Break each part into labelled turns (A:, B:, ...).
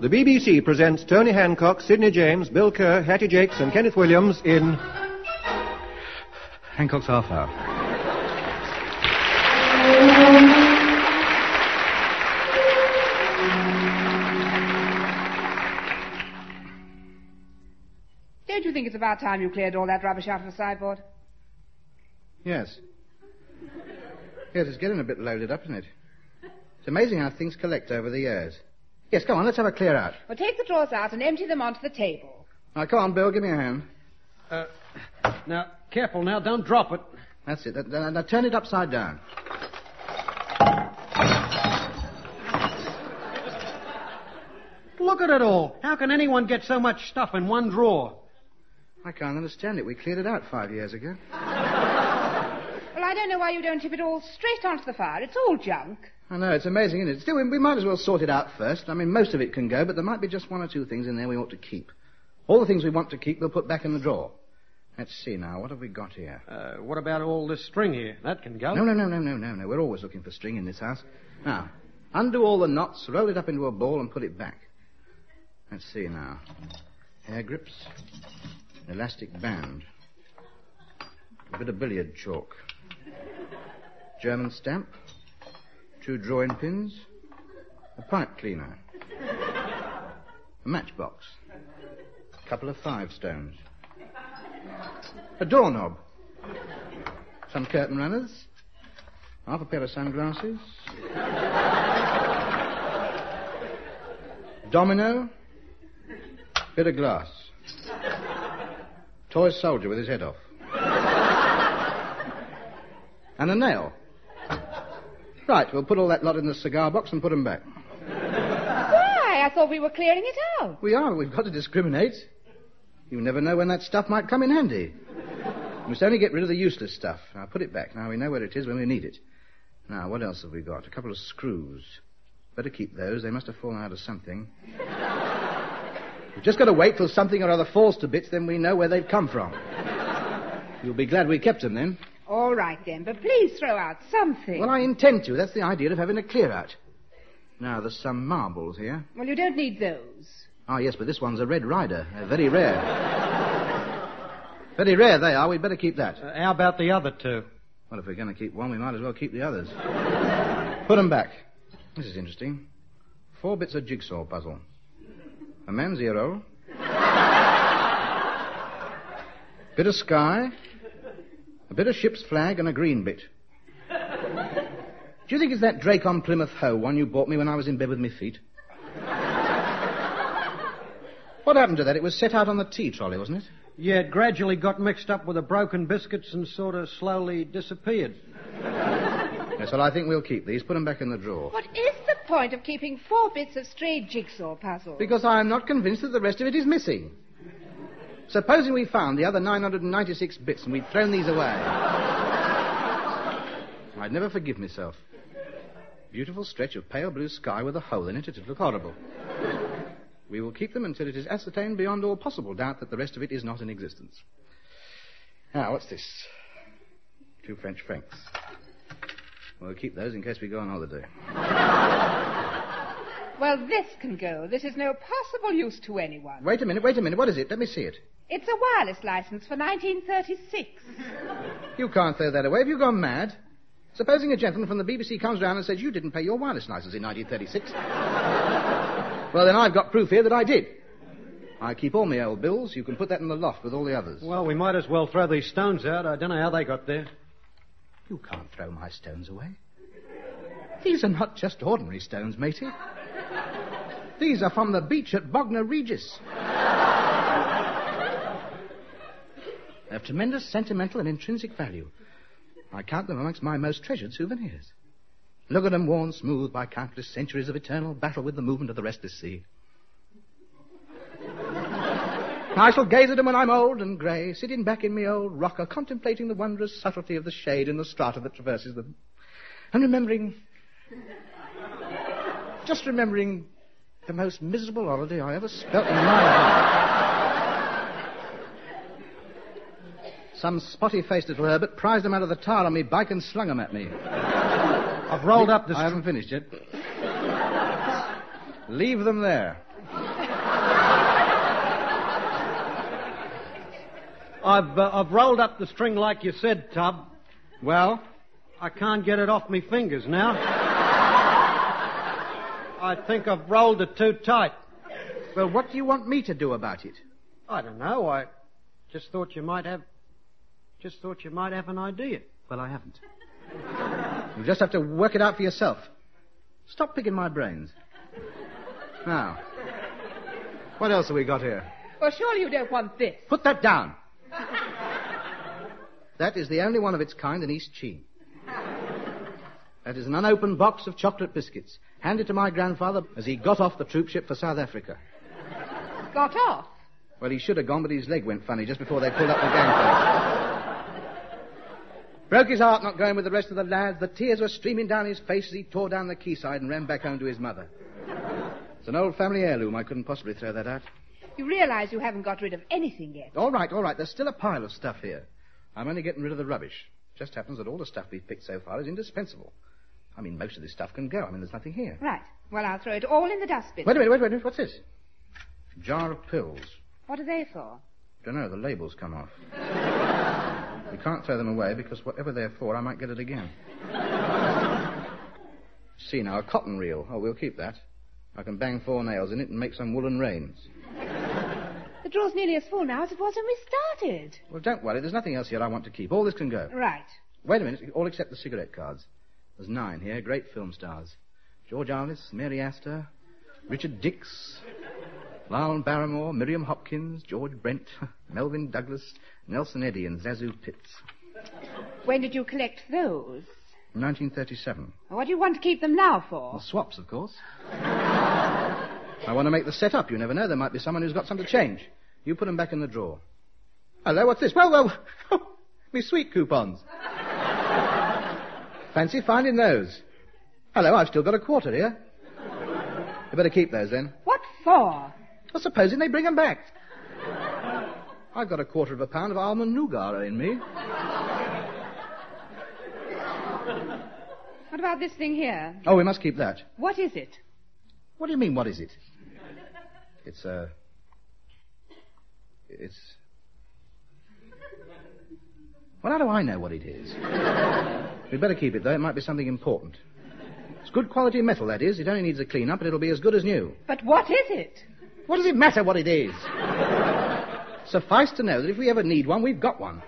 A: The BBC presents Tony Hancock, Sidney James, Bill Kerr, Hattie Jakes, and Kenneth Williams in.
B: Hancock's half hour.
C: Don't you think it's about time you cleared all that rubbish out of the sideboard?
B: Yes. Yes, it's getting a bit loaded up, isn't it? It's amazing how things collect over the years. Yes, come on, let's have a clear out.
C: Well, take the drawers out and empty them onto the table.
B: Now, come on, Bill, give me a hand.
D: Uh, now, careful now, don't drop it.
B: That's it. Now, now- now turn it upside down.
D: Look at it all. How can anyone get so much stuff in one drawer?
B: I can't understand it. We cleared it out five years ago.
C: Well, I don't know why you don't tip it all straight onto the fire. It's all junk.
B: I know, it's amazing, isn't it? Still, we, we might as well sort it out first. I mean, most of it can go, but there might be just one or two things in there we ought to keep. All the things we want to keep, we'll put back in the drawer. Let's see now, what have we got here?
D: Uh, what about all this string here? That can go.
B: No, no, no, no, no, no, no. We're always looking for string in this house. Now, undo all the knots, roll it up into a ball, and put it back. Let's see now. Hair grips, an elastic band, a bit of billiard chalk, German stamp, two drawing pins, a pipe cleaner, a matchbox, a couple of five stones, a doorknob, some curtain runners, half a pair of sunglasses, domino, bit of glass, toy soldier with his head off, and a nail. Right, we'll put all that lot in the cigar box and put 'em back.
C: Why? I thought we were clearing it out.
B: We are. We've got to discriminate. You never know when that stuff might come in handy. We must only get rid of the useless stuff. Now put it back. Now we know where it is when we need it. Now, what else have we got? A couple of screws. Better keep those. They must have fallen out of something. We've just got to wait till something or other falls to bits, then we know where they've come from. You'll be glad we kept them then.
C: All right then, but please throw out something.
B: Well, I intend to. That's the idea of having a clear out. Now, there's some marbles here.
C: Well, you don't need those.
B: Ah, yes, but this one's a red rider. They're very rare. very rare they are. We'd better keep that.
D: Uh, how about the other two?
B: Well, if we're going to keep one, we might as well keep the others. Put them back. This is interesting. Four bits of jigsaw puzzle. A Manziro. bit of sky. A bit of ship's flag and a green bit. Do you think it's that Drake on Plymouth Hoe one you bought me when I was in bed with my feet? what happened to that? It was set out on the tea trolley, wasn't it?
D: Yeah, it gradually got mixed up with the broken biscuits and sort of slowly disappeared.
B: Yes, well, I think we'll keep these. Put them back in the drawer.
C: What is the point of keeping four bits of stray jigsaw puzzles?
B: Because I am not convinced that the rest of it is missing. Supposing we found the other 996 bits and we'd thrown these away. I'd never forgive myself. Beautiful stretch of pale blue sky with a hole in it, it'd look horrible. We will keep them until it is ascertained beyond all possible doubt that the rest of it is not in existence. Now, what's this? Two French francs. We'll keep those in case we go on holiday.
C: Well, this can go. This is no possible use to anyone.
B: Wait a minute, wait a minute. What is it? Let me see it.
C: It's a wireless license for 1936.
B: You can't throw that away. Have you gone mad? Supposing a gentleman from the BBC comes round and says you didn't pay your wireless license in 1936. well, then I've got proof here that I did. I keep all my old bills. You can put that in the loft with all the others.
D: Well, we might as well throw these stones out. I don't know how they got there.
B: You can't throw my stones away. These are not just ordinary stones, matey. These are from the beach at Bognor Regis. They have tremendous sentimental and intrinsic value. I count them amongst my most treasured souvenirs. Look at them worn smooth by countless centuries of eternal battle with the movement of the restless sea. I shall gaze at them when I'm old and grey, sitting back in me old rocker, contemplating the wondrous subtlety of the shade in the strata that traverses them. And remembering. just remembering the most miserable holiday I ever spent in my life. Some spotty faced little Herbert prized them out of the tire on me bike and slung them at me.
D: I've rolled up the.
B: I haven't finished yet. Leave them there.
D: I've uh, I've rolled up the string like you said, Tub.
B: Well,
D: I can't get it off me fingers now. I think I've rolled it too tight.
B: well, what do you want me to do about it?
D: I don't know. I just thought you might have. Just thought you might have an idea. Well, I haven't.
B: You'll just have to work it out for yourself. Stop picking my brains. Now, what else have we got here?
C: Well, surely you don't want this.
B: Put that down. That is the only one of its kind in East Sheen. That is an unopened box of chocolate biscuits, handed to my grandfather as he got off the troopship for South Africa.
C: Got off.
B: Well, he should have gone, but his leg went funny just before they pulled up the gangplank. Broke his heart not going with the rest of the lads. The tears were streaming down his face as he tore down the quayside and ran back home to his mother. It's an old family heirloom. I couldn't possibly throw that out.
C: You realize you haven't got rid of anything yet.
B: All right, all right. There's still a pile of stuff here. I'm only getting rid of the rubbish. Just happens that all the stuff we've picked so far is indispensable. I mean, most of this stuff can go. I mean, there's nothing here.
C: Right. Well, I'll throw it all in the dustbin.
B: Wait a minute, wait a minute. What's this? Jar of pills.
C: What are they for?
B: Don't know. The label's come off. we can't throw them away because whatever they're for, I might get it again. See now, a cotton reel. Oh, we'll keep that. I can bang four nails in it and make some woolen reins.
C: The draw's nearly as full now as it was when we started.
B: Well, don't worry. There's nothing else here I want to keep. All this can go.
C: Right.
B: Wait a minute, all except the cigarette cards. There's nine here, great film stars. George Arliss, Mary Astor, Richard Dix, Lyle Barrymore, Miriam Hopkins, George Brent, Melvin Douglas, Nelson Eddy, and Zazu Pitts.
C: When did you collect those?
B: 1937.
C: What do you want to keep them now for?
B: Well, swaps, of course. I want to make the set up. You never know. There might be someone who's got some to change. You put 'em back in the drawer. Hello, what's this? Well, well, me sweet coupons. Fancy finding those. Hello, I've still got a quarter here. You better keep those then.
C: What for?
B: Well, supposing they bring 'em back. I've got a quarter of a pound of almond nougat in me.
C: What about this thing here?
B: Oh, we must keep that.
C: What is it?
B: What do you mean, what is it? It's a. It's. Well, how do I know what it is? We'd better keep it, though. It might be something important. It's good quality metal, that is. It only needs a clean up, and it'll be as good as new.
C: But what is it?
B: What does it matter what it is? Suffice to know that if we ever need one, we've got one.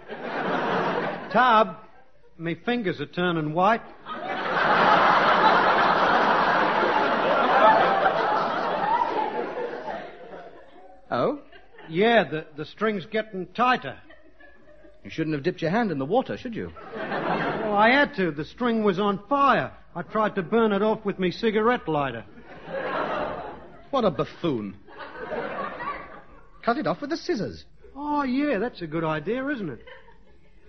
D: Tub, me fingers are turning white.
B: Oh?
D: Yeah, the, the string's getting tighter.
B: You shouldn't have dipped your hand in the water, should you?
D: Well, I had to. The string was on fire. I tried to burn it off with me cigarette lighter.
B: What a buffoon. Cut it off with the scissors.
D: Oh, yeah, that's a good idea, isn't it?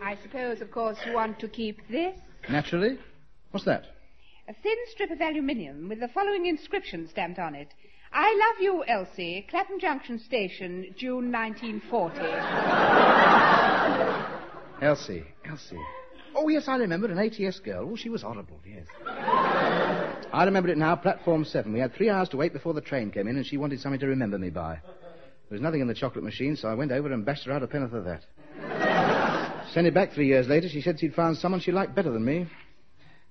C: I suppose, of course, you want to keep this.
B: Naturally. What's that?
C: A thin strip of aluminium with the following inscription stamped on it. I love you, Elsie, Clapham Junction Station, June 1940.
B: Elsie, Elsie. Oh, yes, I remember an ATS girl. Oh, she was horrible, yes. I remember it now, platform seven. We had three hours to wait before the train came in, and she wanted something to remember me by. There was nothing in the chocolate machine, so I went over and bashed her out a penny for that. Sent it back three years later. She said she'd found someone she liked better than me.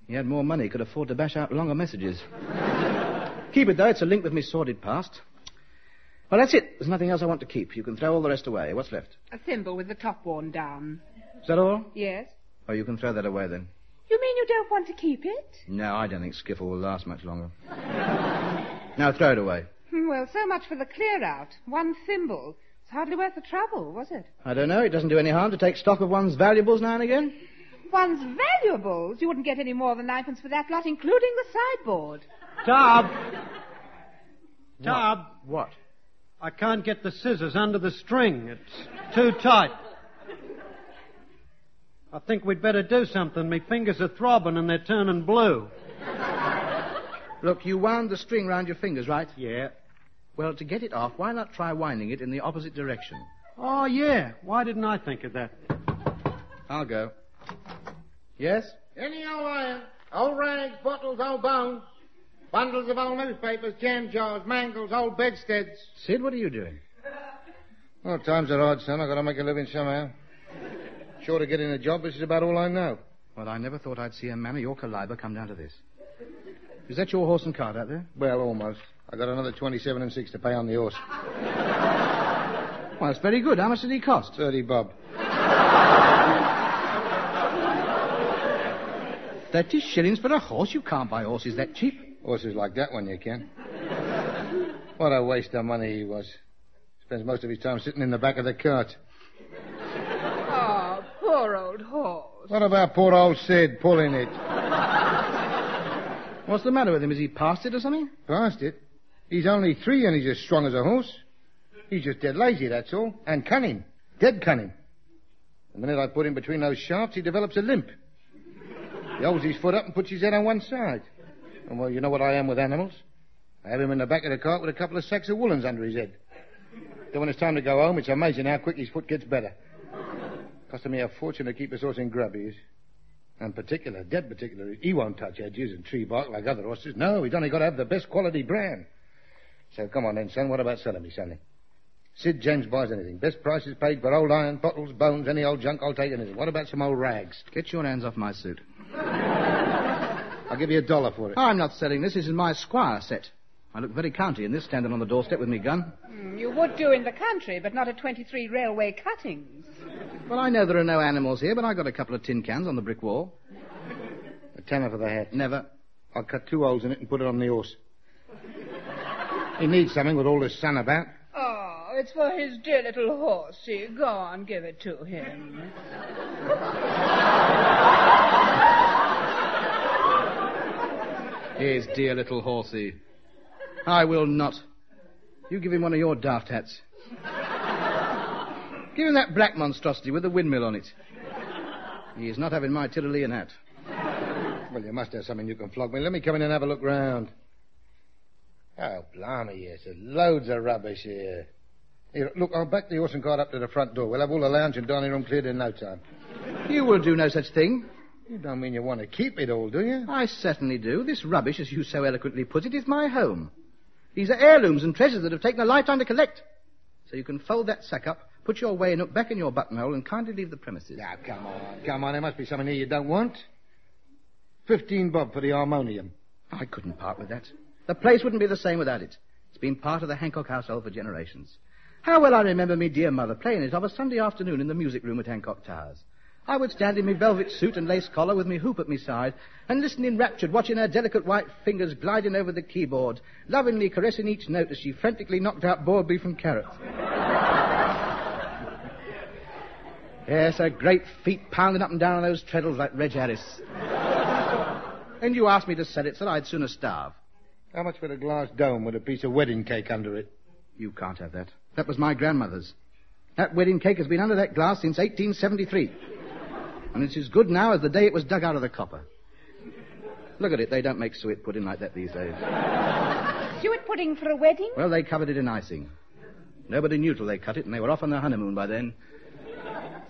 B: He had more money, could afford to bash out longer messages. keep it, though. It's a link with me sordid past. Well, that's it. There's nothing else I want to keep. You can throw all the rest away. What's left?
C: A thimble with the top worn down.
B: Is that all?
C: Yes?
B: Oh, you can throw that away then.
C: You mean you don't want to keep it?
B: No, I don't think Skiffle will last much longer. now throw it away.
C: Hmm, Well, so much for the clear out. One thimble. It's hardly worth the trouble, was it?
B: I don't know. It doesn't do any harm to take stock of one's valuables now and again.
C: One's valuables. You wouldn't get any more than ninepence for that lot, including the sideboard.
D: Tub! Tub,
B: What?
D: I can't get the scissors under the string. It's too tight. I think we'd better do something. Me fingers are throbbing and they're turning blue.
B: Look, you wound the string round your fingers, right?
D: Yeah.
B: Well, to get it off, why not try winding it in the opposite direction?
D: Oh, yeah. Why didn't I think of that?
B: I'll go. Yes?
E: Any old iron, old rags, bottles, old bones, bundles of old newspapers, jam jars, mangles, old bedsteads.
B: Sid, what are you doing?
E: Well, times are hard, son. I've got to make a living somehow. Sure of getting a job, this is about all I know.
B: Well, I never thought I'd see a man of your caliber come down to this. Is that your horse and cart out there?
E: Well, almost. I got another 27 and 6 to pay on the horse.
B: Well, that's very good. How much did he cost?
E: 30 bob.
B: Thirty shillings for a horse? You can't buy horses that cheap.
E: Horses like that one you can. What a waste of money he was. Spends most of his time sitting in the back of the cart.
F: Ah,
C: Oh, poor old horse.
E: What about poor old Sid pulling it?
B: What's the matter with him? Is he past it or something?
E: Past it. He's only three and he's as strong as a horse. He's just dead lazy, that's all. And cunning. Dead cunning. The minute I put him between those shafts, he develops a limp. He holds his foot up and puts his head on one side. And well, you know what I am with animals. I have him in the back of the cart with a couple of sacks of woolens under his head. Then when it's time to go home, it's amazing how quick his foot gets better. Costing me a fortune to keep this horse in grub, he is. And particular, dead particular, he won't touch edges and tree bark like other horses. No, he's only got to have the best quality brand. So come on then, son, what about selling me something? Sid James buys anything. Best price is paid for old iron, bottles, bones, any old junk, I'll take anything. What about some old rags?
B: Get your hands off my suit.
E: I'll give you a dollar for it.
B: I'm not selling this. This is my squire set. I look very county in this, standing on the doorstep with me gun.
C: Hmm, You would do in the country, but not at 23 railway cuttings.
B: Well, I know there are no animals here, but I got a couple of tin cans on the brick wall.
E: A tenner for the hat.
B: Never.
E: I'll cut two holes in it and put it on the horse. he needs something with all this sun about.
F: Oh, it's for his dear little horsey. Go on, give it to him.
B: His dear little horsey. I will not. You give him one of your daft hats. give him that black monstrosity with the windmill on it. He is not having my Tyrolean hat.
E: Well, you must have something you can flog me. Let me come in and have a look round. Oh, blimey, yes. There's loads of rubbish here. Here, look, I'll back the horse and cart up to the front door. We'll have all the lounge and dining room cleared in no time.
B: You will do no such thing.
E: You don't mean you want to keep it all, do you?
B: I certainly do. This rubbish, as you so eloquently put it, is my home. These are heirlooms and treasures that have taken a lifetime to collect. So you can fold that sack up, put your weighing up back in your buttonhole, and kindly leave the premises.
E: Now, come on, come on. There must be something here you don't want. Fifteen bob for the harmonium.
B: I couldn't part with that. The place wouldn't be the same without it. It's been part of the Hancock household for generations. How well I remember me dear mother playing it of a Sunday afternoon in the music room at Hancock Towers. I would stand in me velvet suit and lace collar with me hoop at me side and listen enraptured, watching her delicate white fingers gliding over the keyboard, lovingly caressing each note as she frantically knocked out boiled beef and carrots. yes, her great feet pounding up and down on those treadles like Reg Harris. and you asked me to sell it, so I'd sooner starve.
E: How much for the glass dome with a piece of wedding cake under it?
B: You can't have that. That was my grandmother's. That wedding cake has been under that glass since 1873. And it's as good now as the day it was dug out of the copper. Look at it. They don't make suet pudding like that these days.
C: Suet pudding for a wedding?
B: Well, they covered it in icing. Nobody knew till they cut it, and they were off on their honeymoon by then.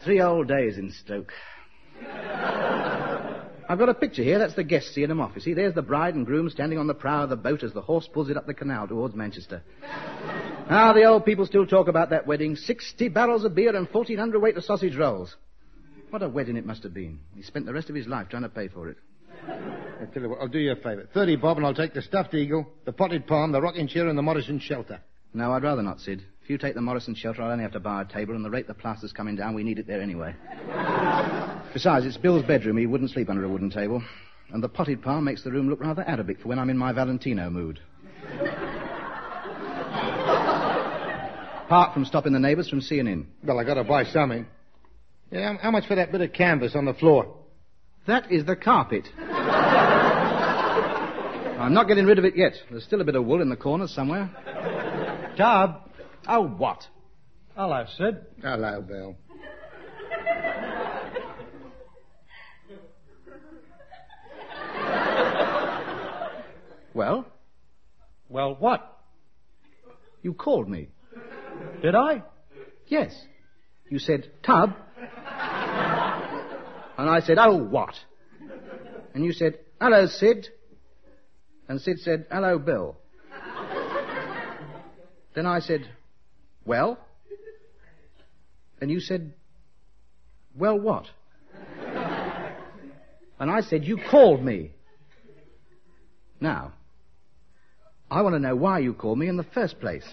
B: Three whole days in Stoke. I've got a picture here. That's the guests seeing 'em off. You see, there's the bride and groom standing on the prow of the boat as the horse pulls it up the canal towards Manchester. Ah, the old people still talk about that wedding. Sixty barrels of beer and fourteen hundredweight of sausage rolls. What a wedding it must have been. He spent the rest of his life trying to pay for it.
E: I tell you what, I'll do you a favour. Thirty bob and I'll take the stuffed eagle, the potted palm, the rocking chair, and the Morrison shelter.
B: No, I'd rather not, Sid. If you take the Morrison shelter, I'll only have to buy a table, and the rate the plaster's coming down, we need it there anyway. Besides, it's Bill's bedroom. He wouldn't sleep under a wooden table. And the potted palm makes the room look rather Arabic for when I'm in my Valentino mood. Apart from stopping the neighbours from seeing in.
E: Well, I gotta buy something. Yeah, how- how much for that bit of canvas on the floor?
B: That is the carpet. I'm not getting rid of it yet. There's still a bit of wool in the corner somewhere.
D: Dub.
B: Oh, what?
D: Hello, Sid.
E: Hello, Bill.
B: Well,
D: Well, what?
B: you called me.
D: Did I?
B: Yes. You said, Tub. And I said, oh, what? And you said, hello, Sid. And Sid said, hello, Bill. then I said, well? And you said, well, what? and I said, you called me. Now, I want to know why you called me in the first place.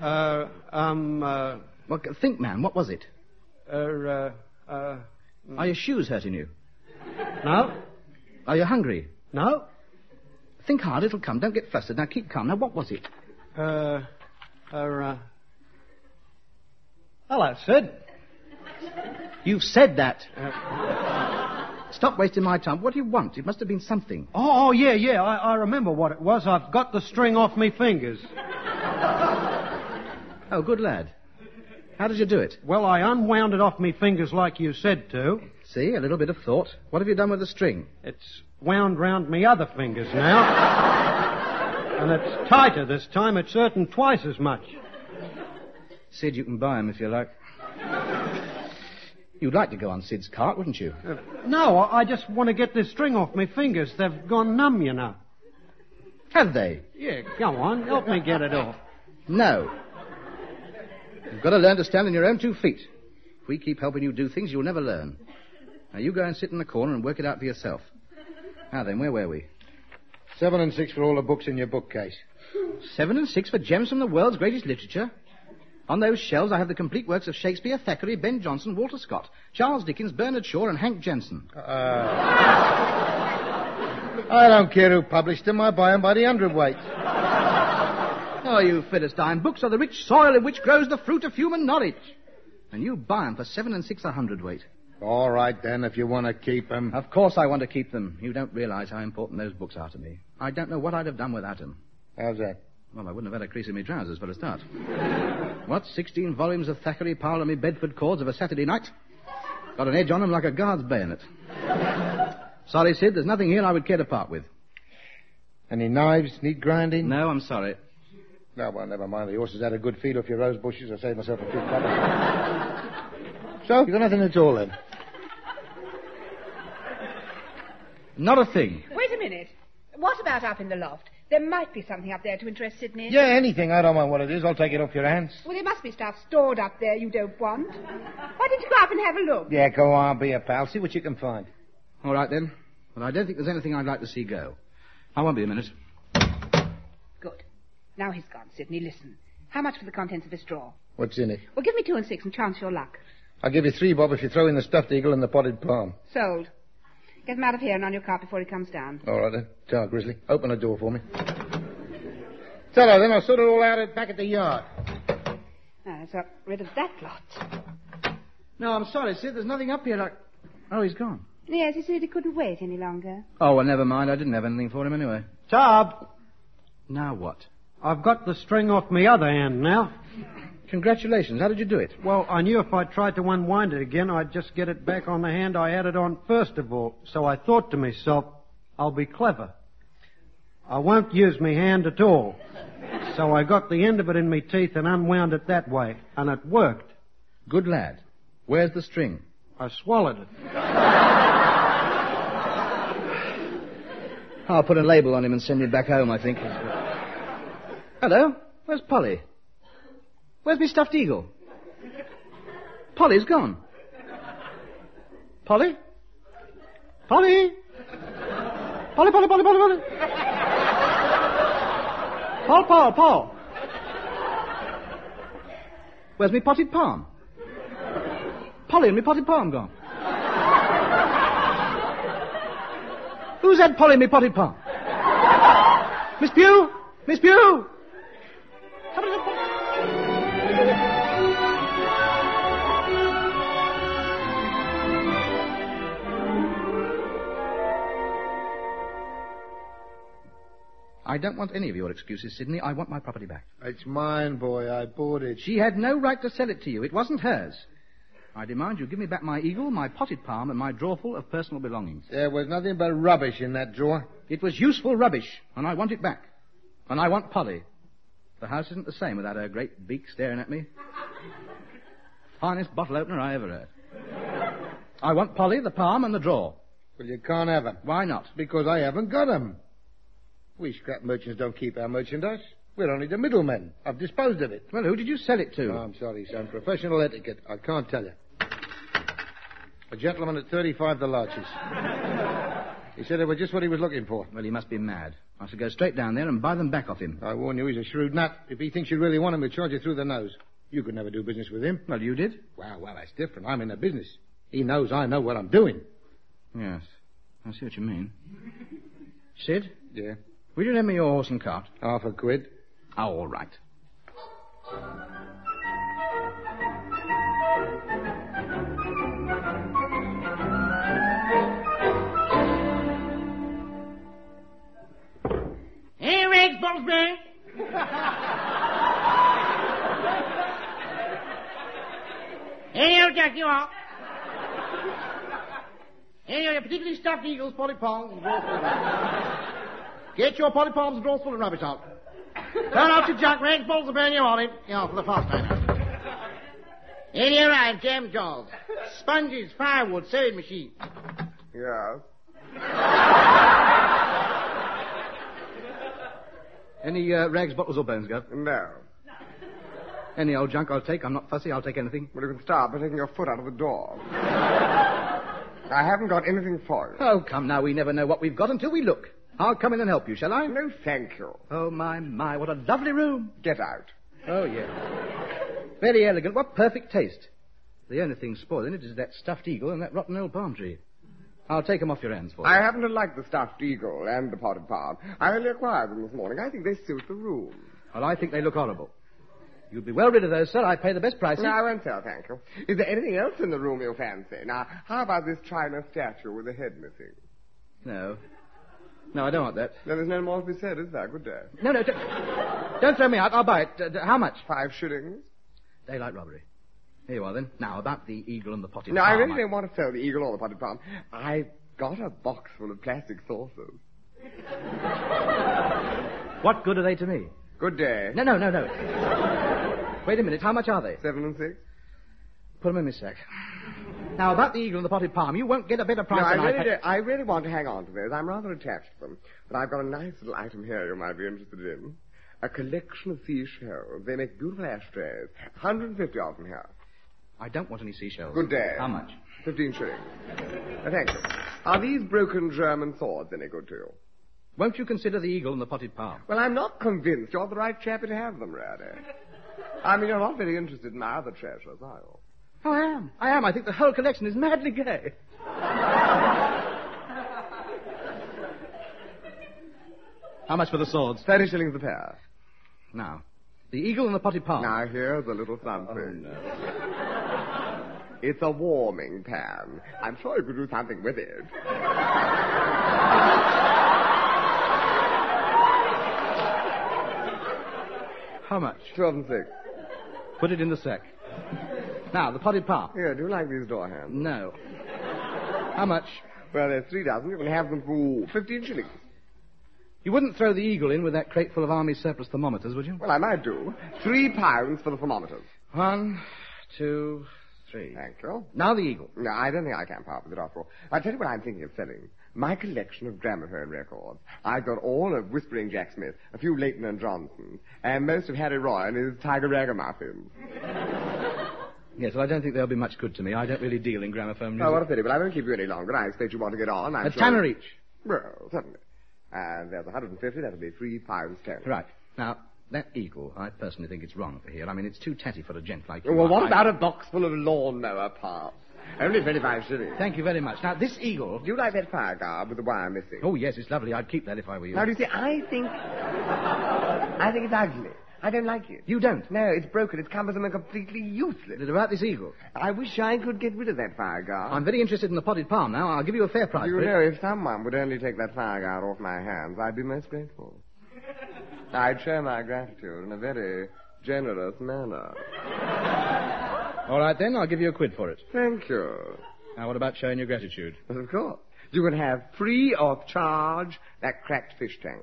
D: Uh, um, uh,
B: Well, c- think, man, what was it?
D: uh, uh, uh,
B: Hmm. Are your shoes hurting you?
D: no,
B: Are you hungry?
D: no,
B: Think hard, it'll come. Don't get flustered. Now keep calm. Now, what was it?
D: uh, uh, uh. Hello, Sid.
B: You've said that. Stop wasting my time. What do you want? It must have been something.
D: Oh, oh yeah, yeah, I, I remember what it was. I've got the string off me fingers.
B: Oh, good lad. How did you do it?
D: Well, I unwound it off me fingers like you said to.
B: See, a little bit of thought. What have you done with the string?
D: It's wound round me other fingers now. and it's tighter this time. It's certain twice as much.
B: Sid, you can buy 'em if you like. You'd like to go on Sid's cart, wouldn't you?
D: Uh, no, I, I just want to get this string off me fingers. They've gone numb, you know.
B: Have they?
D: Yeah, go on. Help me get it off.
B: No. You've got to learn to stand on your own two feet. If we keep helping you do things, you'll never learn. Now, you go and sit in the corner and work it out for yourself. Now then, where were we?
E: Seven and six for all the books in your bookcase.
B: Seven and six for gems from the world's greatest literature. On those shelves, I have the complete works of Shakespeare, Thackeray, Ben Jonson, Walter Scott, Charles Dickens, Bernard Shaw, and Hank Jensen.
E: I don't care who published them. I buy them by the hundredweight.
B: Oh, you Philistine, books are the rich soil in which grows the fruit of human knowledge. And you buy 'em for seven and six a hundredweight.
E: All right, then, if you want to keep them.
B: Of course I want to keep them. You don't realize how important those books are to me. I don't know what I'd have done without 'em.
E: How's that?
B: Well, I wouldn't have had a crease in my trousers for a start. what, 16 volumes of Thackeray Powell and me Bedford Chords of a Saturday night? Got an edge on 'em like a guard's bayonet. sorry, Sid, there's nothing here I would care to part with.
E: Any knives need grinding?
B: No, I'm sorry.
E: No, well, never mind. The horse has had a good feed off your rose bushes. I saved myself a few cups. so, you got nothing at all, then?
B: Not a thing.
C: Wait a minute. What about up in the loft? There might be something up there to interest Sydney.
E: Yeah, anything. I don't mind what it is. I'll take it off your hands.
C: Well, there must be stuff stored up there you don't want. Why don't you go up and have a look?
E: Yeah, go on, be a pal. See what you can find.
B: All right, then. Well, I don't think there's anything I'd like to see go. I won't be a minute.
C: Good. Now he's gone, Sydney. Listen. How much for the contents of this drawer?
E: What's in it?
C: Well, give me two and six and chance your luck.
E: I'll give you three bob if you throw in the stuffed eagle and the potted palm.
C: Sold. Get him out of here and on your cart before he comes down.
E: All right, then. Tell Grizzly. Open the door for me. Hello, then. I'll sort it all out at, back at the yard.
C: Now, let's get Ah, rid of that lot.
B: No, I'm sorry, Sid. There's nothing up here like... Oh, he's gone.
C: Yes, he said he couldn't wait any longer.
B: Oh, well, never mind. I didn't have anything for him anyway.
D: Tab,
B: Now what?
D: I've got the string off me other hand now.
B: Congratulations. How did you do it?
D: Well, I knew if I tried to unwind it again, I'd just get it back on the hand I had it on first of all. So I thought to myself, I'll be clever. I won't use me hand at all. So I got the end of it in me teeth and unwound it that way, and it worked.
B: Good lad. Where's the string?
D: I swallowed it.
B: I'll put a label on him and send him back home, I think. Hello? Where's Polly? Where's my stuffed eagle? Polly's gone. Polly? Polly? Polly, Polly, Polly, Polly, Polly. Paul, Paul, Paul. Where's my potted palm? Polly and my potted palm gone. Who's had Polly and me potted palm? Miss Pugh? Miss Pugh? I don't want any of your excuses, Sidney. I want my property back.
E: It's mine, boy. I bought it.
B: She had no right to sell it to you. It wasn't hers. I demand you give me back my eagle, my potted palm, and my drawful of personal belongings.
E: There was nothing but rubbish in that drawer.
B: It was useful rubbish, and I want it back. And I want Polly. The house isn't the same without her great beak staring at me. Finest bottle opener I ever had. I want Polly, the palm, and the draw.
E: Well, you can't have 'em
B: Why not?
E: Because I haven't got 'em. We scrap merchants don't keep our merchandise. We're only the middlemen. I've disposed of it.
B: Well, who did you sell it to?
E: Oh, I'm sorry, son. Professional etiquette. I can't tell you. A gentleman at 35 the larches. he said they were just what he was looking for.
B: Well, he must be mad. I shall go straight down there and buy them back off him.
E: I warn you, he's a shrewd nut. If he thinks you really want him, he'll charge you through the nose. You could never do business with him.
B: Well, you did?
E: Wow, well, that's different. I'm in the business. He knows I know what I'm doing.
B: Yes. I see what you mean. Sid,
E: Yeah.
B: will you lend me your horse and cart?
E: Half a quid.
B: Oh, all right.
G: Hey, Rex Bolzberg. hey, yo, Jack, you are. Hey, you're particularly stuffed eagles, Polly Palms, Get your Polly Palms drawers full of rubbish out. Turn out your junk, Rex Bolzberg, you are it. You are for the fast time. In your eye, jam jars, sponges, firewood, sewing machine.
E: Yeah.
B: Any uh, rags, bottles, or bones, Gov?
H: No.
B: Any old junk I'll take. I'm not fussy. I'll take anything.
H: Well, you can start by taking your foot out of the door. I haven't got anything for you.
B: Oh, come now. We never know what we've got until we look. I'll come in and help you, shall I?
H: No, thank you.
B: Oh, my, my. What a lovely room.
H: Get out.
B: Oh, yeah. Very elegant. What perfect taste. The only thing spoiling it is that stuffed eagle and that rotten old palm tree. I'll take 'em off your hands for you.
H: I happen to like the stuffed eagle and the potted palm. I only acquired them this morning. I think they suit the room.
B: Well, I think they look horrible. You'll be well rid of those, sir. I pay the best price.
H: No, I won't sell, thank you. Is there anything else in the room you fancy? Now, how about this China statue with the head missing?
B: No. No, I don't want that.
H: Then there's no more to be said, is there? Good day.
B: No, no, don't, don't throw me out. I'll buy it. Uh, d- how much?
H: Five shillings?
B: Daylight robbery. Here you are, then. Now, about the eagle and the potted
H: No, I
B: palm.
H: really don't want to sell the eagle or the potted palm. I've got a box full of plastic saucers.
B: What good are they to me?
H: Good day.
B: No, no, no, no. Wait a minute. How much are they?
H: Seven and six?
B: Put 'em in my sack. Now, about the eagle and the potted palm, you won't get a better price
H: No, I
B: than
H: really,
B: pay-
H: do- I really want to hang on to those. I'm rather attached to them. But I've got a nice little item here you might be interested in. A collection of seashells. They make beautiful ashtrays. 150 of them here.
B: I don't want any seashells.
H: Good day.
B: How much?
H: Fifteen shillings. Uh, thank you. Are these broken German swords any good to you?
B: Won't you consider the eagle and the potted palm?
H: Well, I'm not convinced you're the right chappy to have them, really. I mean, you're not very interested in my other treasures, are you?
B: Oh, I am. I am. I think the whole collection is madly gay. How much for the swords?
H: Thirty shillings a pair.
B: Now, the eagle and the potted palm.
H: Now here's a little something. It's a warming pan. I'm sure you could do something with it.
B: How much?
H: Twelve and six.
B: Put it in the sack. Now, the potted palm.
H: Here, do you like these door hands?
B: No. How much?
H: Well, there's three dozen. You can have them for fifteen shillings.
B: You wouldn't throw the eagle in with that crate full of army surplus thermometers, would you?
H: Well, I might do. Three pounds for the thermometers.
B: One, two, three.
H: Thank you.
B: Now the eagle.
H: No, I don't think I can part with it after all. I'll tell you what I'm thinking of selling. My collection of gramophone records. I've got all of Whispering Jack Smith, a few Leighton and Johnson, and most of Harry Roy and his Tiger Ragamuffin.
B: Yes, well, I don't think they'll be much good to me. I don't really deal in gramophone music.
H: Oh, what a pity, but I won't keep you any longer. I expect you want to get on. I'm
B: a
H: sure-
B: tanner each.
H: Well, certainly. And there's 150, that'll be three pounds ten.
B: Right. Now, that eagle, I personally think it's wrong for here. I mean, it's too tatty for a gent like you.
H: Well, what
B: I-
H: about a box full of lawnmower parts? Only 25 shillings.
B: Thank you very much. Now, this eagle...
H: Do you like that fire guard with the wire missing?
B: Oh, yes, it's lovely. I'd keep that if I were you.
H: Now, do you see, I think... I think it's ugly. I don't like it.
B: You don't?
H: No, it's broken. It's cumbersome and completely useless.
B: But About this eagle.
H: I wish I could get rid of that fire guard.
B: I'm very interested in the potted palm now. I'll give you a fair price
H: you
B: for it.
H: know, if someone would only take that fire guard off my hands, I'd be most grateful. I'd show my gratitude in a very generous manner.
B: All right, then. I'll give you a quid for it.
H: Thank you.
B: Now, what about showing your gratitude?
H: But of course, you can have free of charge that cracked fish tank.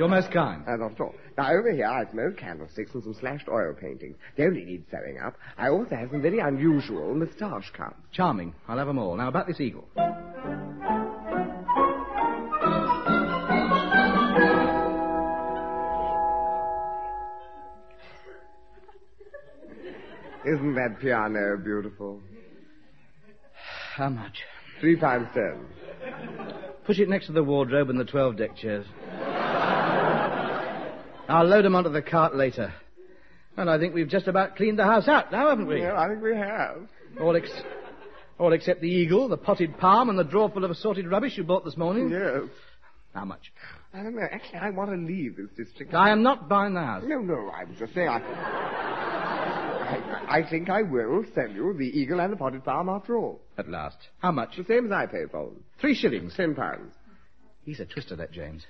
B: You're most kind.
H: Uh, not at all. Now, over here, I've some old candlesticks and some slashed oil paintings. They only need sewing up. I also have some very unusual moustache cups.
B: Charming. I'll have 'em all. Now, about this eagle.
H: Isn't that piano beautiful?
B: How much?
H: Three times ten.
B: Push it next to the wardrobe and the 12 deck chairs. I'll load 'em onto the cart later. And I think we've just about cleaned the house out now, haven't we?
H: Yeah, I think we have.
B: All, ex- all except the eagle, the potted palm, and the drawer full of assorted rubbish you bought this morning.
H: Yes.
B: How much?
H: I don't know. Actually, I want to leave this district.
B: I am not buying the house.
H: No, no, I was just saying, I... I, I think I will sell you the eagle and the potted palm after all.
B: At last. How much?
H: The same as I paid for them.
B: Three shillings.
H: Ten pounds.
B: He's a twister, that James.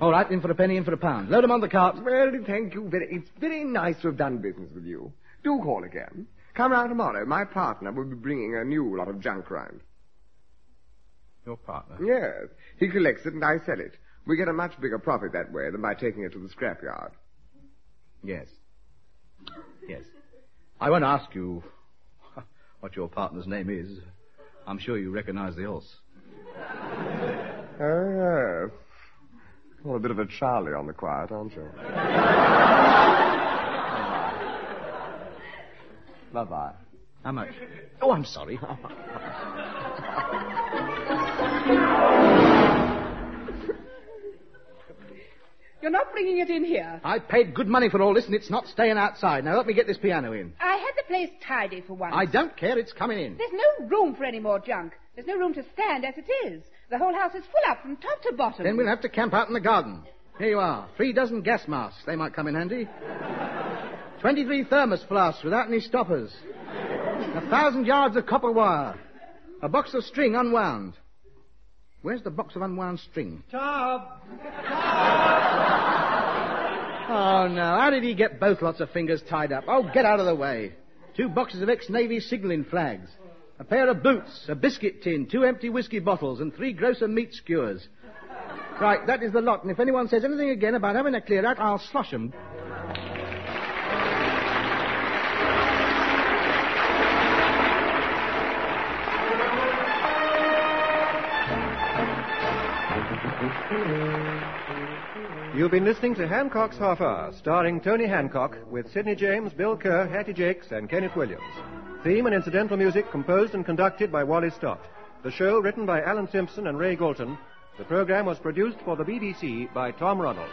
B: All right, in for a penny, in for a pound. Load 'em on the cart.
H: Well, thank you very... It's very nice to have done business with you. Do call again. Come round tomorrow. My partner will be bringing a new lot of junk round.
B: Your partner.
H: Yes. He collects it and I sell it. We get a much bigger profit that way than by taking it to the scrapyard.
B: Yes. Yes. I won't ask you what your partner's name is. I'm sure you recognize the horse.
H: Oh, yes. Well, a bit of a Charlie on the quiet, aren't you? Bye-bye.
B: How much? Oh, I'm sorry.
C: You're not bringing it in here.
B: I paid good money for all this, and it's not staying outside. Now help me get this piano in.
C: I had the place tidy for once.
B: I don't care. It's coming in.
C: There's no room for any more junk. There's no room to stand as it is. The whole house is full up from top to bottom.
B: Then we'll have to camp out in the garden. Here you are. Three dozen gas masks. They might come in handy. Twenty-three thermos flasks without any stoppers. A thousand yards of copper wire. A box of string unwound. Where's the box of unwound string?
D: Tom!
B: Oh, no. How did he get both lots of fingers tied up? Oh, get out of the way. Two boxes of ex-Navy signalling flags. A pair of boots, a biscuit tin, two empty whiskey bottles, and three grocer meat skewers. Right, that is the lot, and if anyone says anything again about having a clear out, I'll slosh 'em.
A: You've been listening to Hancock's Half Hour, starring Tony Hancock, with Sidney James, Bill Kerr, Hattie Jakes, and Kenneth Williams. Theme and incidental music composed and conducted by Wally Stott. The show written by Alan Simpson and Ray Galton. The program was produced for the BBC by Tom Ronald.